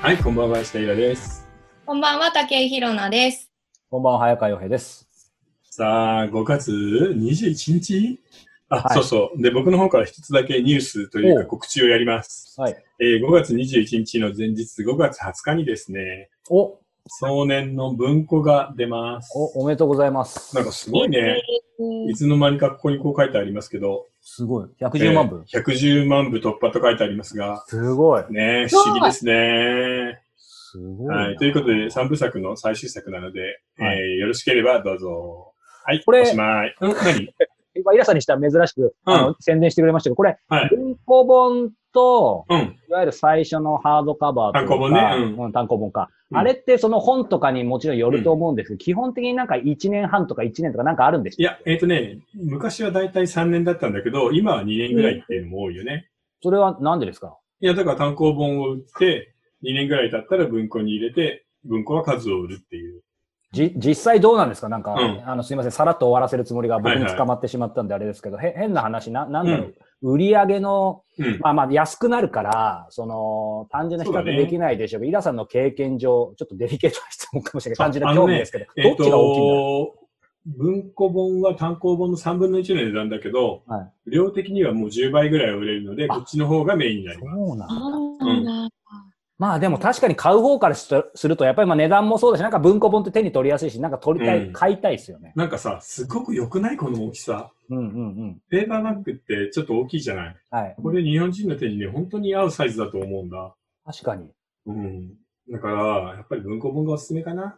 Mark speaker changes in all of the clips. Speaker 1: はい、こんばんは、下平です。
Speaker 2: こんばんは、竹井ひろなです。
Speaker 3: こんばんは、早川洋平です。
Speaker 1: さあ、5月21日あ、
Speaker 3: はい
Speaker 1: そうそう。で、僕の方から一つだけニュースというか
Speaker 3: おう
Speaker 1: 告知をやります。
Speaker 3: はい。
Speaker 1: えー5月21日の前日、5月20日にですね、
Speaker 3: お、
Speaker 1: 壮年の文庫が出ます。
Speaker 3: お、おめでとうございます。
Speaker 1: なんかすごいね。いつの間にかここにこう書いてありますけど、
Speaker 3: すごい。110万部。
Speaker 1: えー110万部突破と書いてありますが、
Speaker 3: すごい。
Speaker 1: ね不思議ですね。
Speaker 3: すごいな。
Speaker 1: はい。ということで、3部作の最終作なので、
Speaker 3: はい
Speaker 1: えーよろしければどうぞ。はい、
Speaker 3: これ
Speaker 1: おしまい。うん、何
Speaker 3: 今、イラさんにしたら珍しく、
Speaker 1: うん
Speaker 3: あの、宣伝してくれましたけど、これ、
Speaker 1: はい。
Speaker 3: 文庫本と、
Speaker 1: うん。
Speaker 3: いわゆる最初のハードカバーというか。
Speaker 1: 単行本ね
Speaker 3: うん。単行本か。
Speaker 1: うん
Speaker 3: あれって、その本とかにもちろんよると思うんですけど、基本的になんか1年半とか1年とかなんかあるんでし
Speaker 1: い
Speaker 3: ょ
Speaker 1: や、えっ、とね、昔はだいたい3年だったんだけど、今は2年ぐらいっていうのも多いよね。
Speaker 3: それはなんでですか
Speaker 1: いや、だから単行本を売って、2年ぐらい経ったら文庫に入れて、文庫は数を売るっていう。
Speaker 3: じ、実際どうなんですかなんか、
Speaker 1: うん
Speaker 3: あの、すいません、さらっと終わらせるつもりが僕
Speaker 1: はい
Speaker 3: に
Speaker 1: はい
Speaker 3: 捕まってしまったんであれですけど、へ変な話、な、なんだろう。売り上げの
Speaker 1: うん。
Speaker 3: まあまあ安くなるから、その、単純な比
Speaker 1: そうだ
Speaker 3: 較
Speaker 1: ね
Speaker 3: できないでしょうけど、イラさんの経験上、ちょっとデリケートな質問かもしれないけど、
Speaker 1: あ
Speaker 3: 単純な興味ですけど、どっちが大きいんだろ
Speaker 1: 文庫本は単行本の3分の1の値段だけど、
Speaker 3: は
Speaker 1: 量的にはもう10倍ぐらい売れるので、
Speaker 3: あ
Speaker 1: こっちの方がメインになり
Speaker 3: う
Speaker 1: ます。
Speaker 3: そうなんだ
Speaker 2: そうなんだ。
Speaker 3: まあでも確かに買う方からすとすると、やっぱりまあ値段もそうだし、なんか文庫本って手に取りやすいし、なんか取りたい、
Speaker 1: うん
Speaker 3: 買いたいですよね。
Speaker 1: なんかさ、すごく良くないこの大きさ。
Speaker 3: うんうんうん。
Speaker 1: ペーパーバッグってちょっと大きいじゃない
Speaker 3: はい。
Speaker 1: これ日本人の手にね、本当に合うサイズだと思うんだ。
Speaker 3: 確かに。
Speaker 1: うん。だから、やっぱり文庫本がおすすめかな。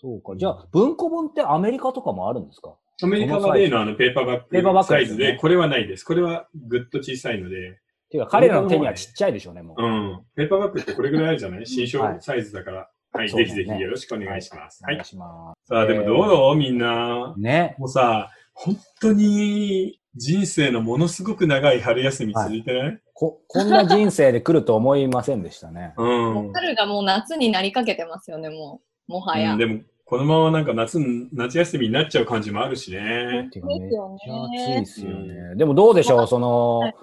Speaker 3: そうか。じゃあ、文庫本ってアメリカとかもあるんですか
Speaker 1: アメリカは例のあのペーパーバ
Speaker 3: ペーパ
Speaker 1: ッ
Speaker 3: ーバ
Speaker 1: グ
Speaker 3: ッグ
Speaker 1: サ
Speaker 3: で
Speaker 1: イ
Speaker 3: す
Speaker 1: ズ
Speaker 3: よね
Speaker 1: で、これはないです。これはぐっと小さいので、
Speaker 3: っていうか、彼らの手にはちっちゃいでしょうね、もう。
Speaker 1: うん。ペーパーバッグってこれぐらいあるじゃない新商
Speaker 3: はい
Speaker 1: サイズだから。はい、
Speaker 3: そ
Speaker 1: ぜ
Speaker 3: うで
Speaker 1: ひ
Speaker 3: す
Speaker 1: ぜ
Speaker 3: ね
Speaker 1: ひよろしくお願いします。は
Speaker 3: お願
Speaker 1: い
Speaker 3: い。しま
Speaker 1: さあ、でもどうぞ、みんな
Speaker 3: す。。ね。
Speaker 1: もうさ、本当に人生のものすごく長い春休み続いてない、
Speaker 3: こ、こんな人生で来ると思いませんでした ね。
Speaker 1: うん。
Speaker 2: 春がもう夏になりかけてますよね、もう。もはや。
Speaker 1: うん、でも、このままなんか夏に、夏休みになっちゃう感じもあるしね。
Speaker 3: っていうか
Speaker 2: ですよ
Speaker 3: めっちゃ暑い
Speaker 2: ね
Speaker 3: で。すよね。でもどうでしょう、その
Speaker 2: はい、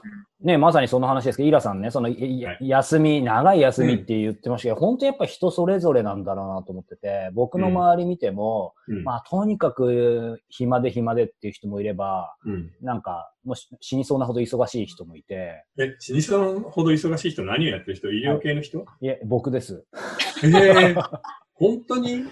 Speaker 3: ね、まさにその話ですけど、イラさんね、その、いい
Speaker 1: はい
Speaker 3: 休み、長い休みって言ってましたけど、本当やっぱ人それぞれなんだろうなと思ってて、僕の周り見ても、
Speaker 1: うん。
Speaker 3: まあ、とにかく暇で暇でっていう人もいれば、
Speaker 1: うん、
Speaker 3: なんか、もうし死にそうなほど忙しい人もいて、
Speaker 1: え、死にそうほど忙しい人何をやってる人医療系の 人、
Speaker 3: いえ、僕です。
Speaker 1: ええ本当に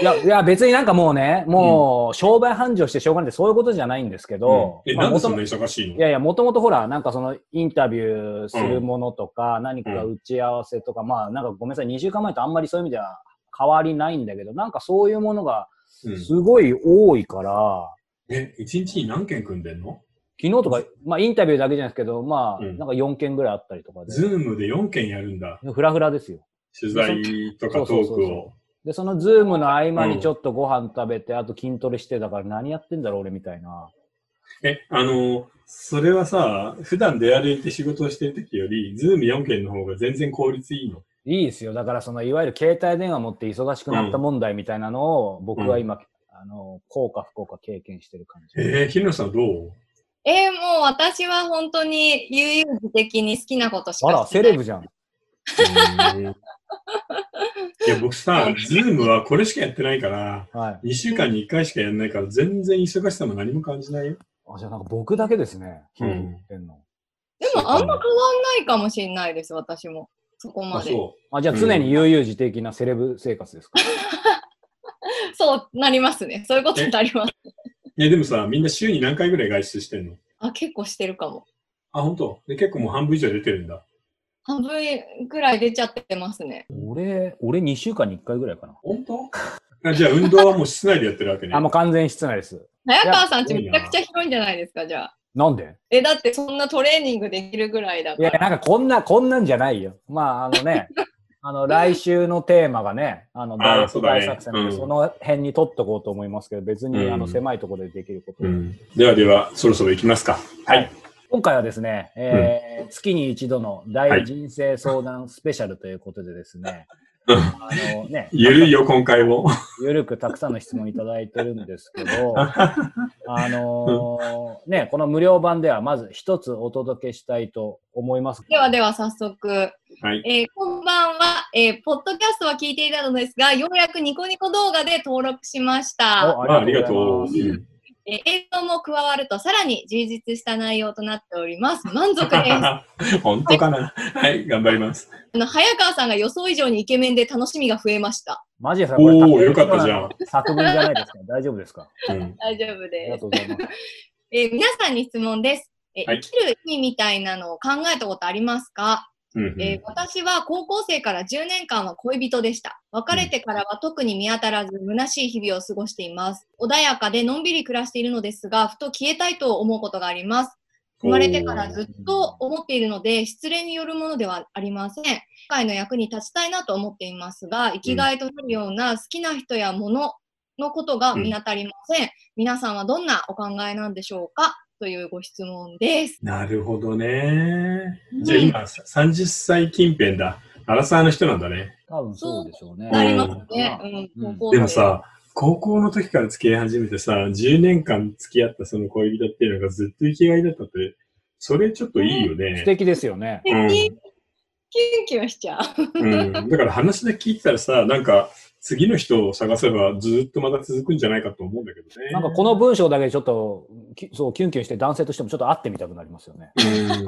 Speaker 3: いや、いや、別になんかもうね、もう、商売繁盛してしょうがないって、そういうことじゃないんですけど、
Speaker 1: え、
Speaker 3: まあ
Speaker 1: なんでそん
Speaker 3: 元
Speaker 1: な
Speaker 3: 々
Speaker 1: 忙しいの
Speaker 3: いやいや、もともとほら、なんかそのインタビューするものとか、何か打ち合わせとか、まあなんかごめんなさい、2週間前とあんまりそういう意味では変わりないんだけど、なんかそういうものが
Speaker 1: うん
Speaker 3: すごい多いから、
Speaker 1: え、一日に何件組んでんの
Speaker 3: 昨日とか、まあインタビューだけじゃないですけど、ま
Speaker 1: う
Speaker 3: あ
Speaker 1: ん
Speaker 3: なんか4件ぐらいあったりとかで、
Speaker 1: ズームで4件やるんだ。
Speaker 3: フラフラですよ。
Speaker 1: 取材とかト
Speaker 3: そう
Speaker 1: ー
Speaker 3: そうそう
Speaker 1: ク
Speaker 3: そ
Speaker 1: を。
Speaker 3: で、そのズームの合間にちょっとご飯食べて、あと筋トレして、だから何やってんだろう俺みたいな。
Speaker 1: え、あの、それはさ、普段出歩いて仕事をしてる時より、ズーム4件の方が全然効率いいの。
Speaker 3: いいですよ。だから、その、いわゆる携帯電話持って忙しくなった問題みたいなのを、僕は今、あの、効か不効か経験してる感じ。
Speaker 1: えー、ひろさんどう
Speaker 2: えーもう私は本当に悠々自適に好きなことしか
Speaker 3: あ
Speaker 2: してない。
Speaker 3: ら、セレブじゃん。
Speaker 1: いや、僕さ、ズームはこれしかやってないから、
Speaker 3: はい。
Speaker 1: 2週間に1回しかやんないから、全然忙しさも何も感じないよ。
Speaker 3: あ、じゃあなんか僕だけですね。日
Speaker 1: うん
Speaker 3: 々言ってんの。
Speaker 2: でもあんま変わんないかもしれないです、私も。そこま
Speaker 1: あ、
Speaker 2: で。
Speaker 1: そ
Speaker 3: あ、じゃあ常に悠々自適なセレブ生活ですか。
Speaker 2: そうなりますね。そういうことになります。
Speaker 1: う。え、でもさ、みんな週に何回ぐらい外出してんの
Speaker 2: あ、結構してるかも。
Speaker 1: あ、本当で、結構もう半分以上出てるんだ。
Speaker 2: 半分くらい出ちゃってますね。
Speaker 3: 俺、俺2週間に1回ぐらいかな。
Speaker 1: 本当あじゃあ、運動はもう室内でやってるわけね。
Speaker 3: あ、もう完全室内です。
Speaker 2: 早川さんち
Speaker 1: いや
Speaker 2: めちゃくちゃ広いんじゃないですか、じゃあ。
Speaker 3: なんで
Speaker 2: え、だってそんなトレーニングできるぐらいだ
Speaker 3: い
Speaker 2: か
Speaker 3: や、
Speaker 2: ら。
Speaker 3: なんかこんな、こんなんじゃないよ。まあ、あの ね、あの、来週のテーマがね、あの、
Speaker 1: あー
Speaker 3: 大
Speaker 1: そうだね
Speaker 3: 大作戦なん
Speaker 1: う
Speaker 3: で
Speaker 1: ん
Speaker 3: その辺に取っとこうと思いますけど、別に、
Speaker 1: うん
Speaker 3: あの、狭いところでできること
Speaker 1: う
Speaker 3: で。
Speaker 1: ん。ではでは、そろそろ行きますか。はい。
Speaker 3: 今回はですね、えー月に一度の
Speaker 1: はい
Speaker 3: 大人生相談スペシャルということでですね、あのね、
Speaker 1: ゆるいよ、今回 も。
Speaker 3: ゆるくたくさんの質問いただいてるんですけど、 あのーね、この無料版ではまず一つお届けしたいと思います。
Speaker 2: ではでは早速、
Speaker 1: はい。
Speaker 2: えーこんばんは、えーポッドキャストは聞いていたのですが、ようやくニコニコ動画で登録しました。
Speaker 3: お
Speaker 1: まあ、ありがとう。
Speaker 3: ありが
Speaker 1: うん
Speaker 2: え
Speaker 3: と
Speaker 2: ー映像も加わるとさらに充実した内容となっております。満足です。あ
Speaker 1: 本当かな。はい、頑張ります。
Speaker 2: の早川さんが予想以上にイケメンで楽しみが増えました。
Speaker 3: マジですか
Speaker 1: お
Speaker 3: こ
Speaker 1: ー
Speaker 3: れ竹内
Speaker 1: よかったじゃん
Speaker 3: さの作文じゃないですか大丈夫で すか
Speaker 1: うん。
Speaker 2: 大丈夫
Speaker 3: ありが
Speaker 2: です。
Speaker 3: とうございます。
Speaker 2: えー皆さんに質問です。えー
Speaker 1: はい
Speaker 2: 生きる意味みたいなのを考えたことありますか、
Speaker 1: うんう
Speaker 2: えー
Speaker 1: ん
Speaker 2: 私は高校生から10年間は恋人でした。別れてからは特に見当たらず虚しい日々を過ごしています。穏やかでのんびり暮らしているのですが、ふと消えたいと思うことがあります。生まれてからずっと思っているので、失恋によるものではありません。社会の役に立ちたいなと思っていますが、生きがいとなるような好きな人やもののことが見当たりません。皆さんはどんなお考えなんでしょうかというご質問です。
Speaker 1: なるほどね。じゃあ今、30歳近辺だ。アラサーの人なんだね。
Speaker 3: 多分そうでしょうね。
Speaker 1: うん
Speaker 2: ありますね。
Speaker 3: う
Speaker 2: うんん、高校生
Speaker 1: でも、さ、高校の時から付き合い始めてさ、10年間付き合ったその恋人っていうのがずっと生きがいだったって、それちょっといいよ
Speaker 3: 素
Speaker 1: ね。
Speaker 3: 敵ですよね。
Speaker 2: キ
Speaker 1: う
Speaker 2: ュ
Speaker 1: ん
Speaker 2: ンキュンキュンしちゃう。
Speaker 1: うん。だから話だけ聞いてたらさ、なんか、次の人を探せばずっとまた続くんじゃないかと思うんだけどね。
Speaker 3: なんかこの文章だけでちょっと、きそう、キュンキュンして男性としてもちょっと会ってみたくなりますよね。す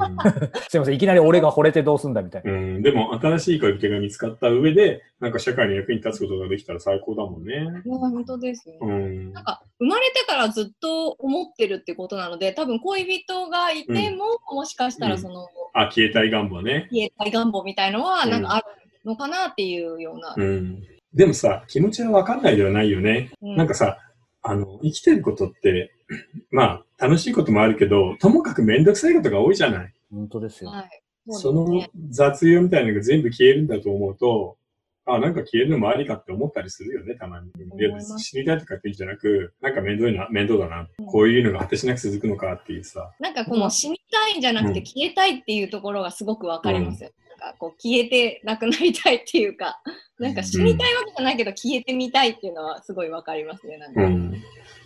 Speaker 3: いません、いきなり俺が惚れてどうすんだみたいな。
Speaker 1: うん。うん。でも、新しい恋人が見つかった上で、なんか社会の役に立つことができたら最高だもんね。
Speaker 2: いや本当ですね。
Speaker 1: うん。
Speaker 2: なんか生まれてからずっと思ってるってことなので多分恋人がいても、もしかしたらその、
Speaker 1: あ、消えたい願望ね。
Speaker 2: 消えたい願望みたいのは
Speaker 1: うん
Speaker 2: なんかあるのかなっていうような、
Speaker 1: うん。でもさ、気持ちはわかんないではないよね。
Speaker 2: う
Speaker 1: なんかさ、あの、生きてることって、 まあ、楽しいこともあるけど、ともかくめんどくさいことが多いじゃない。
Speaker 3: 本当ですよ。
Speaker 2: はい、
Speaker 1: そう
Speaker 2: です
Speaker 1: の
Speaker 2: ね
Speaker 1: 雑用みたいなのが全部消えるんだと思うと、あ、なんか消えるのもありかって思ったりするよね、たまに。
Speaker 2: 思
Speaker 1: で
Speaker 2: います
Speaker 1: 別に死にたいとかっていうんじゃなく、なんか面倒いな、面倒だな。こういうのが果てしなく続くのかっていうさ。
Speaker 2: なんかこの死にたいんじゃなく
Speaker 1: う
Speaker 2: て
Speaker 1: ん
Speaker 2: 消えたいっていうところがすごくわかりますよ、なんかこう消えてなくなりたいっていうかなんか死にたいわけじゃないけど消えてみたいっていうのはすごいわかりますねなんか、
Speaker 1: うん。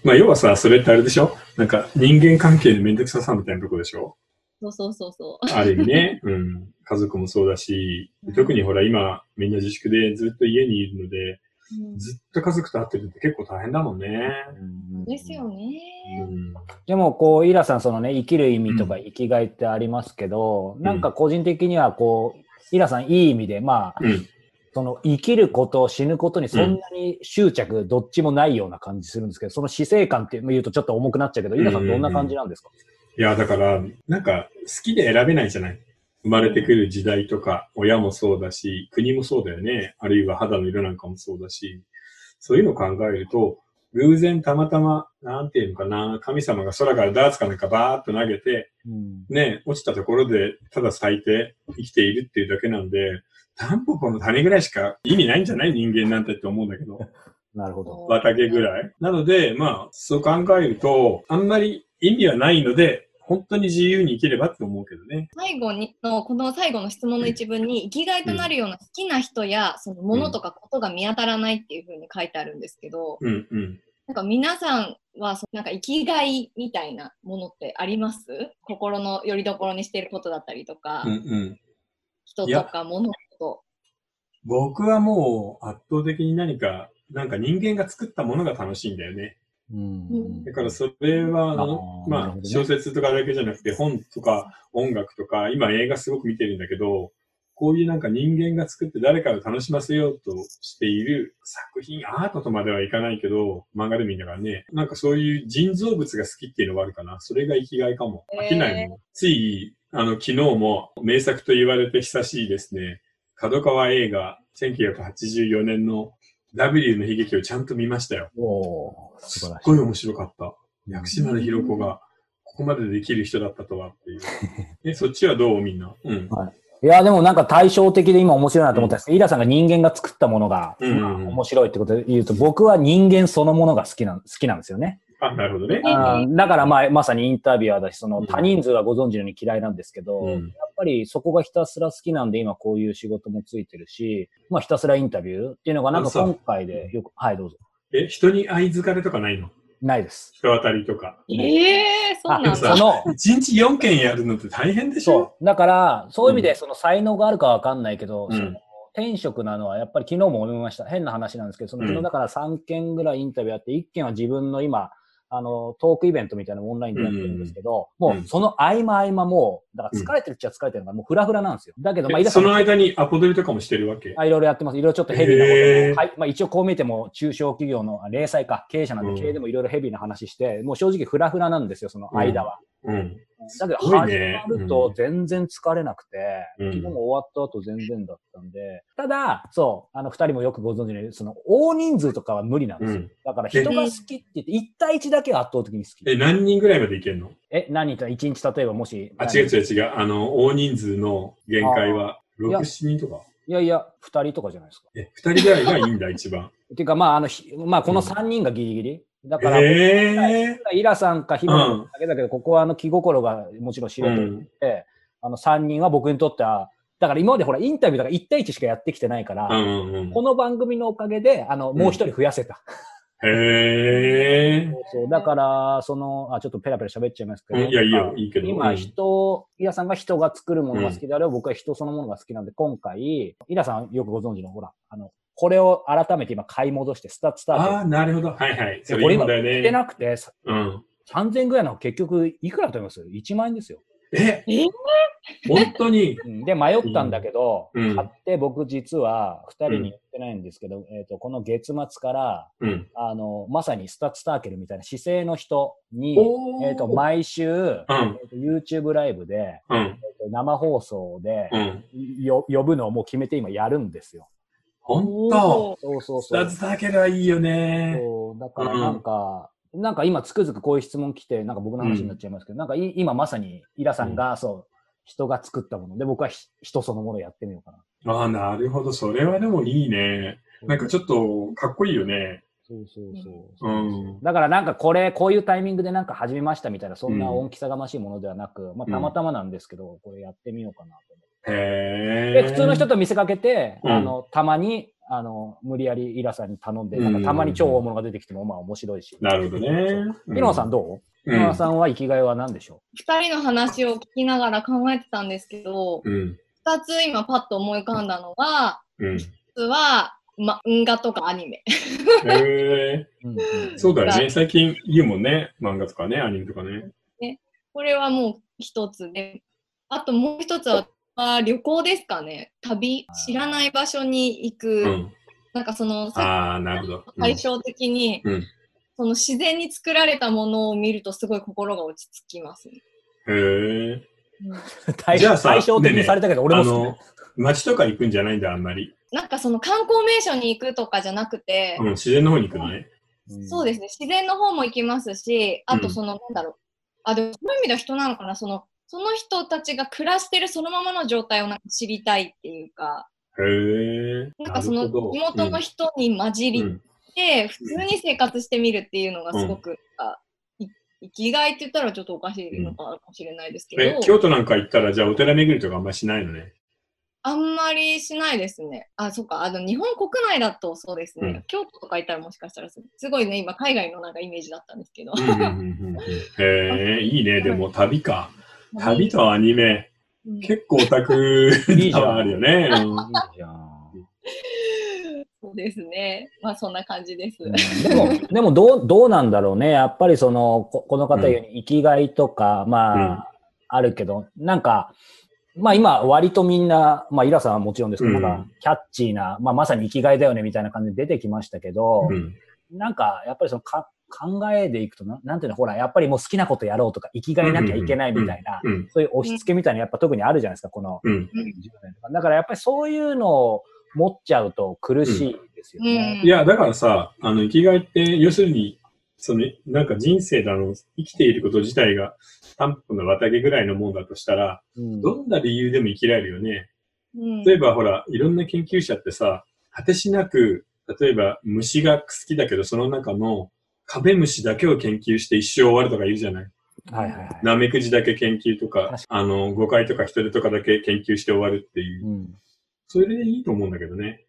Speaker 1: まあ、要はさ、それってあれでしょなんか人間関係のめんどくささみたいなとこでし ょ
Speaker 2: そうそうそうそう
Speaker 1: ある意味ね、うん、家族もそうだし、特にほら今みんな自粛でずっと家にいるので、
Speaker 2: うん
Speaker 1: ずっと家族と会ってるって結構大変だもんね。
Speaker 3: うん
Speaker 2: ですよね、
Speaker 1: うん、
Speaker 3: でも、こう、イラさん、そのね、生きる意味とか生きがいってありますけど、なんか個人的には、こう、イラさん、いい意味で、まあ、
Speaker 1: うん、
Speaker 3: その生きること、死ぬことにそんなに執着、どっちもないような感じするんですけど、その死生観って言うとちょっと重くなっちゃうけど、イラさん、どんな感じなんですか
Speaker 1: いや、だから、なんか好きで選べないじゃない。生まれてくる時代とか、親もそうだし、国もそうだよね。あるいは肌の色なんかもそうだし、そういうのを考えると、偶然たまたま、なんていうのかな、神様が空からダーツかなんかバーっと投げて、
Speaker 3: うん
Speaker 1: ね、落ちたところでただ咲いて生きているっていうだけなんで、タンポポの種ぐらいしか意味ないんじゃない人間なんてって思うんだけど、
Speaker 3: なるほど。
Speaker 1: 畑ぐらい。なので、まあ、そう考えると、あんまり意味はないので、本当に自由に生きればって思うけどね。
Speaker 2: 最後にのこの最後の質問の一文に生きがいとなるような好きな人やそのものとかことが見当たらないっていうふうに書いてあるんですけど、
Speaker 1: うんうん。
Speaker 2: なんか皆さんはそなんか生きがいみたいなものってあります心の拠り所にしてることだったりとか、
Speaker 1: うんうん。
Speaker 2: 人
Speaker 1: いや
Speaker 2: とか物と
Speaker 1: 僕はもう圧倒的に何か、なんか人間が作ったものが楽しいんだよね。
Speaker 3: うん
Speaker 1: だからそれは、あの
Speaker 3: あーなる
Speaker 1: ま
Speaker 3: ほど
Speaker 1: あ、
Speaker 3: ね
Speaker 1: 小説とかだけじゃなくて、本とか音楽とか、今映画すごく見てるんだけど、こういうなんか人間が作って誰かを楽しませようとしている作品、アートとまではいかないけど、漫画でもいいんだからね、なんかそういう人造物が好きっていうのはあるかな。それが生きがいかも。飽きないもん。つい、あの、昨日も名作と言われて久しいですね、角川映画、1984年の W の悲劇をちゃんと見ましたよ。
Speaker 3: おー素
Speaker 1: す
Speaker 3: 晴
Speaker 1: っ
Speaker 3: らしい。
Speaker 1: ごい面白かった。薬師丸ひろ子がここまでできる人だったとは っていう。え、そっちはどうみんな。うん。
Speaker 3: いや、でもなんか対照的で今面白いなと思ったんですけど、イラさんが人間が作ったものが
Speaker 1: うん
Speaker 3: まあ面白いってことで言うと、僕は人間そのものが好きなん好きなんですよね。
Speaker 1: あ、なるほどね。
Speaker 3: あーだから、まあ、まさにインタビュアーだし、その
Speaker 1: うん
Speaker 3: 他人数はご存知のように嫌いなんですけど、
Speaker 1: うん
Speaker 3: やっぱりそこがひたすら好きなんで、今こういう仕事もついてるし、まあ、ひたすらインタビューっていうのが、なんか
Speaker 1: あそう
Speaker 3: 今回でよく、はい、どうぞ。
Speaker 1: え、人に愛疲れとかないの
Speaker 3: ないです。
Speaker 1: 人当たりとか。
Speaker 2: ええー、そう
Speaker 3: あ
Speaker 2: な、ん
Speaker 1: で
Speaker 2: だ。
Speaker 1: も
Speaker 3: その、
Speaker 1: 一日4件やるのって大変でしょ
Speaker 3: そう。だから、そういう意味
Speaker 1: う
Speaker 3: で、その才能があるかわかんないけど、
Speaker 1: うん
Speaker 3: その転職なのは、やっぱり昨日も思いました。変な話なんですけど、その
Speaker 1: うん
Speaker 3: 昨日だから3件ぐらいインタビューあって、1件は自分の今、あの、トークイベントみたいなのをオンラインでやってるんですけど、
Speaker 1: うんうん
Speaker 3: もうその合間合間もう、だから疲れてるっちゃ疲れてるのがもうフラフラなんですよ。だけど、まあ、
Speaker 1: え
Speaker 3: 井田さ
Speaker 1: そ
Speaker 3: ん
Speaker 1: の間にアポ取りとかもしてるわけ。
Speaker 3: あいろいろやってます。いろいろちょっとヘビーなことも、
Speaker 1: へー
Speaker 3: はい。まあ一応こう見ても中小企業の、あ零細か、経営者なん
Speaker 1: うん
Speaker 3: で経営でもいろいろヘビーな話して、もう正直フラフラなんですよ、その間は。
Speaker 1: うん。
Speaker 3: だけど、
Speaker 1: す
Speaker 3: 始
Speaker 1: ご
Speaker 3: ま
Speaker 1: いね
Speaker 3: ると全然疲れなくて、
Speaker 1: うん
Speaker 3: 昨日も終わった後全然だったんで、ただ、そう、あの、二人もよくご存知のように、その、大人数とかは無理なんで
Speaker 1: う
Speaker 3: すよ。
Speaker 1: ん。
Speaker 3: だから、人が好きって言って、一対一だけは圧倒的に好き。
Speaker 1: え、何人ぐらいまでいけるの
Speaker 3: え、何人か、一日例えばもし、
Speaker 1: あ、
Speaker 3: 何
Speaker 1: 違う違う違う。あの、大人数の限界は6、
Speaker 3: いや
Speaker 1: 7人とか。
Speaker 3: いやいや、二人とかじゃないですか。
Speaker 1: え、2人ぐらいがいいんだ、一番。
Speaker 3: っていうか、まあ、あの、ひまあ、この三人がギリギリ。 だから、
Speaker 1: え
Speaker 3: イラさんかヒロさんだけだけど、ここはあの気心がもちろん知
Speaker 1: ー。
Speaker 3: れ
Speaker 1: う
Speaker 3: てる
Speaker 1: ん。
Speaker 3: であの3人は僕にとっては、だから今までほら、インタビューとか1対1しかやってきてないから、
Speaker 1: うんうんうん
Speaker 3: こ。の番組のおかげで、あの、もう一人増やせた。
Speaker 1: へえ。
Speaker 3: そうそうだから、その、あ、ちょっとペラペラ喋っちゃいますけ
Speaker 1: う
Speaker 3: ど。
Speaker 1: んいや、いい
Speaker 3: なん
Speaker 1: よ、
Speaker 3: か
Speaker 1: いいけど。う
Speaker 3: 今、
Speaker 1: ん
Speaker 3: 人、イラさんが人が作るものが好きであれば、僕は人そのものが好きなんで、今回、イラさんよくご存知の、ほら、あの、これを改めて今買い戻して、スタッツタ
Speaker 1: あ
Speaker 3: ー
Speaker 1: あ、なるほど。はいはい。
Speaker 3: ト。
Speaker 1: そ
Speaker 3: こ
Speaker 1: れい
Speaker 3: れ
Speaker 1: い
Speaker 3: 今
Speaker 1: んだ
Speaker 3: 売って
Speaker 1: よね。
Speaker 3: なくて、さ
Speaker 1: うん。
Speaker 3: 3000ぐらいの結局、いくらだと思います ?1 万円ですよ。
Speaker 1: え
Speaker 2: えー
Speaker 1: 本当に。
Speaker 3: うんで、迷ったんだけど、
Speaker 1: うん
Speaker 3: 買って僕実は2人に言ってないんですけど、えっ、と、この月末から、
Speaker 1: うん。
Speaker 3: あの、まさにスタッツターケルみたいな姿勢の人に、
Speaker 1: おー
Speaker 3: えっ、と、毎週、
Speaker 1: うん。
Speaker 3: えーと YouTube ライブで、え
Speaker 1: うん。
Speaker 3: ーと生放送で、
Speaker 1: うん。
Speaker 3: よ呼ぶのをもう決めて今やるんですよ。
Speaker 1: 本当。
Speaker 3: そうそう
Speaker 1: ス
Speaker 3: そ
Speaker 1: タ
Speaker 3: う。
Speaker 1: ッズだけはいいよね。
Speaker 3: そうだからなんか、なんか今つくづくこういう質問来て、なんか僕の話になっちゃいますけど、なんかい今まさにイラさんが、そう、人が作ったもので、僕はひ人そのものやってみようかな。
Speaker 1: ああ、なるほど。それはでもいいね。なんかちょっと、かっこいいよね。
Speaker 3: そうそうそう。
Speaker 1: うん。
Speaker 3: だからなんかこれ、こういうタイミングでなんか始めましたみたいな、そんな恩気さがましいものではなく、まあたまたまなんですけど、これやってみようかなと思って。
Speaker 1: へえ。
Speaker 3: で、普通の人と見せかけて、
Speaker 1: うん
Speaker 3: あの、たまに、あの、無理やりイラさんに頼んで、
Speaker 1: うん
Speaker 3: なんかたまに超大物が出てきても、まあ面白いし。
Speaker 1: なるほど
Speaker 3: そう。
Speaker 1: ね。
Speaker 3: 井野さん
Speaker 1: ん、
Speaker 3: どう
Speaker 1: う
Speaker 3: 井野
Speaker 1: ん。
Speaker 3: さんは生きがいは何でしょ
Speaker 2: 二人の話を聞きながら考えてたんですけど、
Speaker 1: うん。
Speaker 2: 二つ今パッと思い浮かんだのは、
Speaker 1: うん。
Speaker 2: 一つは、ま、漫画とかアニメ。
Speaker 1: へえ。
Speaker 3: ううんうん
Speaker 1: そうだよね。最近言うもんね。漫画とかね、アニメとかね。
Speaker 2: これはもう一つで。あともう一つは、まあ旅行ですかね。旅。知らない場所に行く。
Speaker 1: うん。
Speaker 2: なんかその、さ
Speaker 1: ああ、なるほど。うん
Speaker 2: 対照的に、
Speaker 1: うん
Speaker 2: その自然に作られたものを見るとすごい心が落ち着きますね。
Speaker 1: へえ。
Speaker 3: 対
Speaker 1: じゃあさ
Speaker 3: 対照
Speaker 1: ね
Speaker 3: 的
Speaker 1: えね
Speaker 3: に
Speaker 1: え
Speaker 3: されたけど、俺
Speaker 1: あ
Speaker 3: も好き
Speaker 1: の、街とか行くんじゃないんだ、あんまり。
Speaker 2: なんかその観光名所に行くとかじゃなくて、
Speaker 1: うん、自然の方に行くのね。
Speaker 3: うん
Speaker 2: そうですね、自然の方も行きますし、あとその、なんだろう、あ、でもそういう意味では人なのかな、その、その人たちが暮らしてるそのままの状態をなんか知りたいっていうか、
Speaker 1: へえ。
Speaker 2: なんかその
Speaker 1: る
Speaker 2: 地
Speaker 1: ほど
Speaker 2: 元の人に混じ
Speaker 1: う
Speaker 2: り
Speaker 1: ん
Speaker 2: って、普通に生活してみるっていうのがすごく、あい生きがいって言ったらちょっとおかしいのかもしれないですけど、
Speaker 1: え、京都なんか行ったら、じゃあお寺巡りとかあんまりしないのね。
Speaker 2: あんまりしないですね。あ、そっか。あの、日本国内だとそうですね。
Speaker 1: うん
Speaker 2: 京都とか行ったらもしかしたらすすごいね、今海外のなんかイメージだったんですけど
Speaker 1: う。んうんうんうんへえ、いいね。でも旅か。旅
Speaker 2: と、
Speaker 1: とアニメ、
Speaker 2: うん
Speaker 1: 結構オタ ク
Speaker 3: いいじゃん
Speaker 1: はあるよね。うん
Speaker 3: いいじゃん
Speaker 2: そうですね。まあそんな感じです。
Speaker 3: でも、でもどう、どうなんだろうね。やっぱりその、ここの方言うように生きがいとか、まあ、あるけど、なんか、まあ今、割とみんな、まあ、イラさんはもちろんですけど、
Speaker 1: うん
Speaker 3: なんか、キャッチーな、まあまさに生きがいだよね、みたいな感じで出てきましたけど、
Speaker 1: うん
Speaker 3: なんか、やっぱりそのか、考えでいくとな、なんていうの、ほら、やっぱりもう好きなことやろうとか、生きがいなきゃいけないみたいな、
Speaker 1: うん。
Speaker 3: そういう押し付けみたいな、やっぱ特にあるじゃないですか、この
Speaker 1: うん。
Speaker 2: うん
Speaker 3: 10年とか。だからやっぱりそういうのを持っちゃうと苦しいですよね。
Speaker 1: いや、だからさ、あの、生きがいって、要するに、その、なんか人生だの、生きていること自体が、担保の綿毛ぐらいのもんだとしたら、
Speaker 3: うん
Speaker 1: どんな理由でも生きられるよね。
Speaker 2: うん
Speaker 1: 例えばほら、いろんな研究者ってさ、果てしなく、例えば虫が好きだけど、その中のカメムシだけを研究して一生終わるとか言うじゃない
Speaker 3: はいはいはい。
Speaker 1: ナメクジだけ研究とか
Speaker 3: 確、
Speaker 1: あの、誤解とか人手とかだけ研究して終わるっていう。
Speaker 3: うん。
Speaker 1: それでいいと思うんだけどね。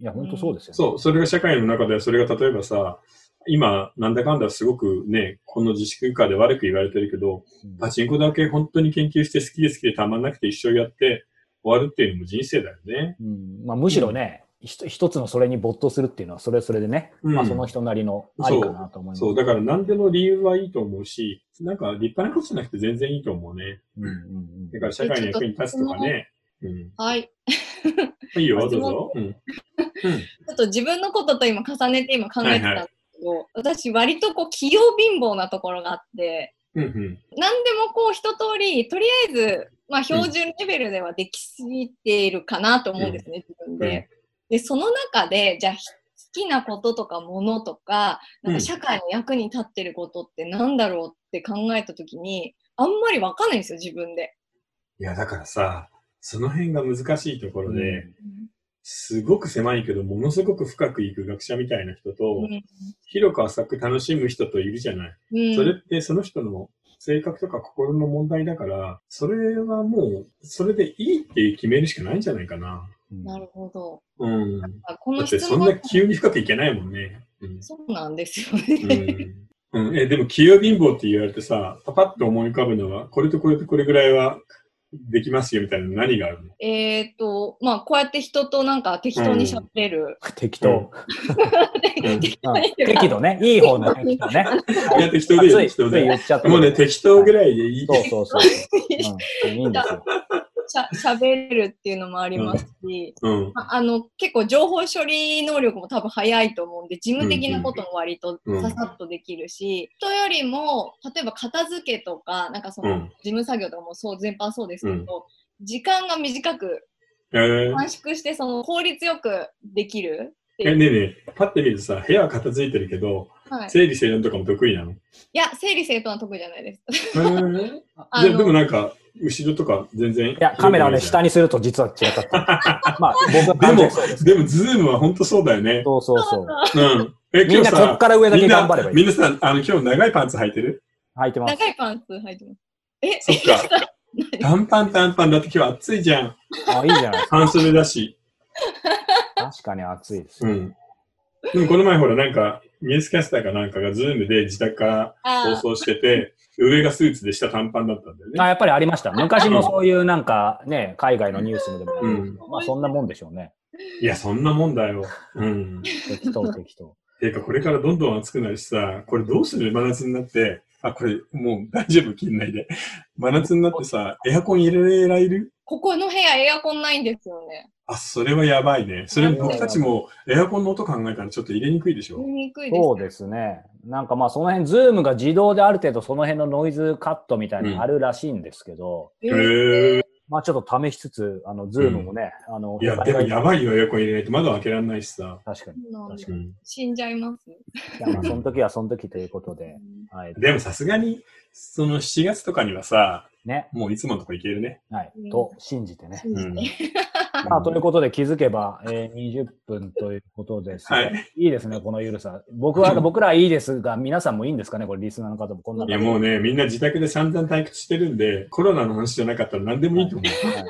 Speaker 3: いや、本当そうですよね。
Speaker 1: そう、それが社会の中では、それが例えばさ、今、なんだかんだすごくね、この自粛空間で悪く言われてるけど、
Speaker 3: うん
Speaker 1: パチンコだけ本当に研究して好きで好きでたまんなくて一生やって終わるっていうのも人生だよね。
Speaker 3: うんまあ、むしろね、ひと一つのそれに没頭するっていうのは、それはそれでね、
Speaker 1: うん
Speaker 3: まあ、その人なりのありかなと思います。
Speaker 1: そう、だから何でも理由はいいと思うし、なんか立派なことじゃなくて全然いいと思うね。
Speaker 3: うんうんう
Speaker 1: だ
Speaker 3: ん
Speaker 1: から社会の役に立つとかね。うん。
Speaker 2: はい。
Speaker 1: いいよ、どう
Speaker 2: 質問
Speaker 1: ぞ。うん。うん
Speaker 2: ちょっと自分のことと今重ねて今考えてたんですけど、私割とこう器用貧乏なところがあって、
Speaker 1: うんうん。
Speaker 2: 何でもこう一通り、とりあえず、まあ標準レベルではできすぎているかなと思うんですね、自分で。で、その中で、じゃあひ好きなこととかものとか、なん
Speaker 1: うん
Speaker 2: か社会の役に立ってることってなんだろうって考えたときに、あんまりわかんないんですよ、自分で。
Speaker 1: いや、だからさ、その辺が難しいところで、すごく狭いけど、ものすごく深くいく学者みたいな人と、
Speaker 2: うん
Speaker 1: 広く浅く楽しむ人といるじゃない。
Speaker 2: うん
Speaker 1: それってその人の性格とか心の問題だから、それはもう、それでいいっていう決めるしかないんじゃないかな。
Speaker 3: うん
Speaker 2: なるほど。
Speaker 1: うん。
Speaker 2: あこ
Speaker 1: だ
Speaker 2: の
Speaker 1: って
Speaker 2: 質
Speaker 1: そん
Speaker 2: 問
Speaker 1: な急に深くいけないもんね。うん。
Speaker 2: そうなんですよね。
Speaker 1: うん、うんえ、でも、器用貧乏って言われてさ、パパッと思い浮かぶのは、これとこれとこれぐらいはできますよみたいなの何があるの
Speaker 2: えっと、まあ、こうやって人となんか適当に喋れ る。
Speaker 3: 適当。
Speaker 1: うん
Speaker 3: うん適度ね。いい方の 適当ね。
Speaker 1: いや適当でいいよ
Speaker 3: つい
Speaker 1: 適当
Speaker 3: つ
Speaker 1: で
Speaker 3: い言っちゃった。
Speaker 1: もうね、適当ぐらいでいい。
Speaker 3: そうそうそう。うんいいんですよ。
Speaker 2: しゃ喋れるっていうのもありますし、
Speaker 1: うん。
Speaker 2: まああの結構情報処理能力も多分早いと思うんで事務的なことも割と
Speaker 1: うんうん
Speaker 2: ささっとできるし、人よりも例えば片付けとかなんかその、
Speaker 1: うん
Speaker 2: 事務作業とかもそう全般そうですけど、時間が短く
Speaker 1: えー
Speaker 2: 短縮してその効率よくできるってい
Speaker 1: え、
Speaker 2: う、
Speaker 1: ねえねえ、パッて見るとさ、部屋は片付いてるけど、
Speaker 2: はい、
Speaker 1: 整理整頓とかも得意なの。
Speaker 2: いや整理整頓は得意じゃないです。
Speaker 1: へ
Speaker 2: あ
Speaker 1: ーででも
Speaker 2: の
Speaker 1: なんか、後ろとか全然。い
Speaker 3: いや、カメラをね、下にすると実は違ったっていう。 まあ、僕は
Speaker 1: で
Speaker 3: 完全
Speaker 1: も
Speaker 3: にそうです、。
Speaker 1: でも、ズームは本当そうだよね。
Speaker 3: そうそうそう。
Speaker 1: うん。え、
Speaker 3: みん
Speaker 1: 今日
Speaker 3: なこっ
Speaker 1: さ、
Speaker 3: から上だ
Speaker 1: み
Speaker 3: け
Speaker 1: ん
Speaker 3: 頑張れ
Speaker 1: な
Speaker 3: ば、い
Speaker 1: み
Speaker 3: い。
Speaker 1: んなさ、あの、今日長いパンツ履いてる
Speaker 3: 履いてます。
Speaker 2: 長いパンツ履いてます。え
Speaker 1: そっ か。短パン短パンだって今日暑いじゃん。
Speaker 3: あ、いいじゃないですか。
Speaker 1: 半袖だし。
Speaker 3: 確かに暑いです
Speaker 1: う。ん。でもこの前ほら、なんか、ニュースキャスターかなんかがズームで自宅から
Speaker 2: あ
Speaker 1: 放
Speaker 2: ー
Speaker 1: 送してて、上がスーツで下短パンだったんだよね。
Speaker 3: あやっぱりありました。昔もそういうなんかね、海外のニュースでも、
Speaker 1: うん
Speaker 3: まあそんなもんでしょうね。
Speaker 1: いや、そんなもんだよ。うん。
Speaker 3: 適当適当。
Speaker 1: ていうか、これからどんどん暑くなるしさ、これどうする真夏になって、あ、これもう大丈夫、切んないで。真夏になってさ、エアコン入れられる
Speaker 2: ここの部屋エアコンないんですよね。
Speaker 1: あ、それはやばいね。それ僕たちもエアコンの音考えたらちょっと入れにくいでし
Speaker 2: 見
Speaker 1: ょ。
Speaker 2: にくいです。
Speaker 3: そうですね。なんかまあその辺、ズームが自動である程度その辺のノイズカットみたいなのあるらしいんですけど、
Speaker 1: へ
Speaker 2: え
Speaker 1: え。
Speaker 3: まあちょっと試しつつ、あの、ズームもね、あの、
Speaker 1: いや、でもやばいよ、エアコン入れないと窓開けられないしさ。
Speaker 3: 確かに。
Speaker 2: そうなんだ
Speaker 3: 確
Speaker 1: うん、
Speaker 2: 死んじゃいます。
Speaker 3: いやまあその時はその時ということで、はい。
Speaker 1: でもさすがに、その7月とかにはさ、
Speaker 3: ね、
Speaker 1: もういつものとこ行けるね。
Speaker 3: はい
Speaker 2: うん。
Speaker 3: と信じてね。
Speaker 2: 信じて
Speaker 1: うん
Speaker 3: まあ、ということで気づけば、えー20分ということです。、
Speaker 1: はい
Speaker 3: いですね、このゆるさ。僕は、僕らはいいですが、皆さんもいいんですかね、これ、リスナーの方もこんない
Speaker 1: や、もうね、みんな自宅で散々退屈してるんで、コロナの話じゃなかったら何でもいいと思う。
Speaker 3: はい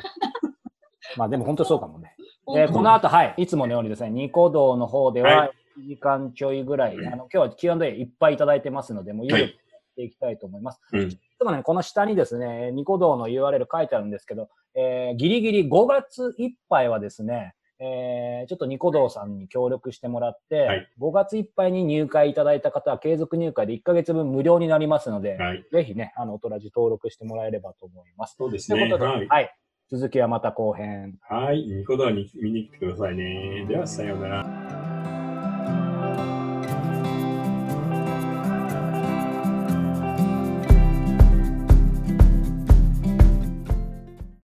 Speaker 3: まあ、でも本当そうかもね。
Speaker 2: 本
Speaker 3: え
Speaker 2: 当
Speaker 3: ーこの後、はい、いつものようにですね、ニコ動の方で
Speaker 1: は
Speaker 3: は、1時間ちょいぐらい、あの、今日は Q&A いっぱいいただいてますので、もう、ゆ
Speaker 1: はい
Speaker 3: るくやっていきたいと思います。
Speaker 1: うん
Speaker 3: でもね、この下にですね、ニコ動の URL 書いてあるんですけど、えーギリギリ5月いっぱいはですね、えーちょっとニコ動さんに協力してもらって、
Speaker 1: はい
Speaker 3: 5月いっぱいに入会いただいた方は継続入会で1ヶ月分無料になりますので、
Speaker 1: はい。
Speaker 3: ぜひね、あの、おとらじ登録してもらえればと思います。
Speaker 1: そうです
Speaker 3: とい
Speaker 1: ね。
Speaker 3: うことで、
Speaker 1: は
Speaker 3: はいい、。続きはまた後編。
Speaker 1: はい。ニコ動に見に来てくださいね。では、さようなら。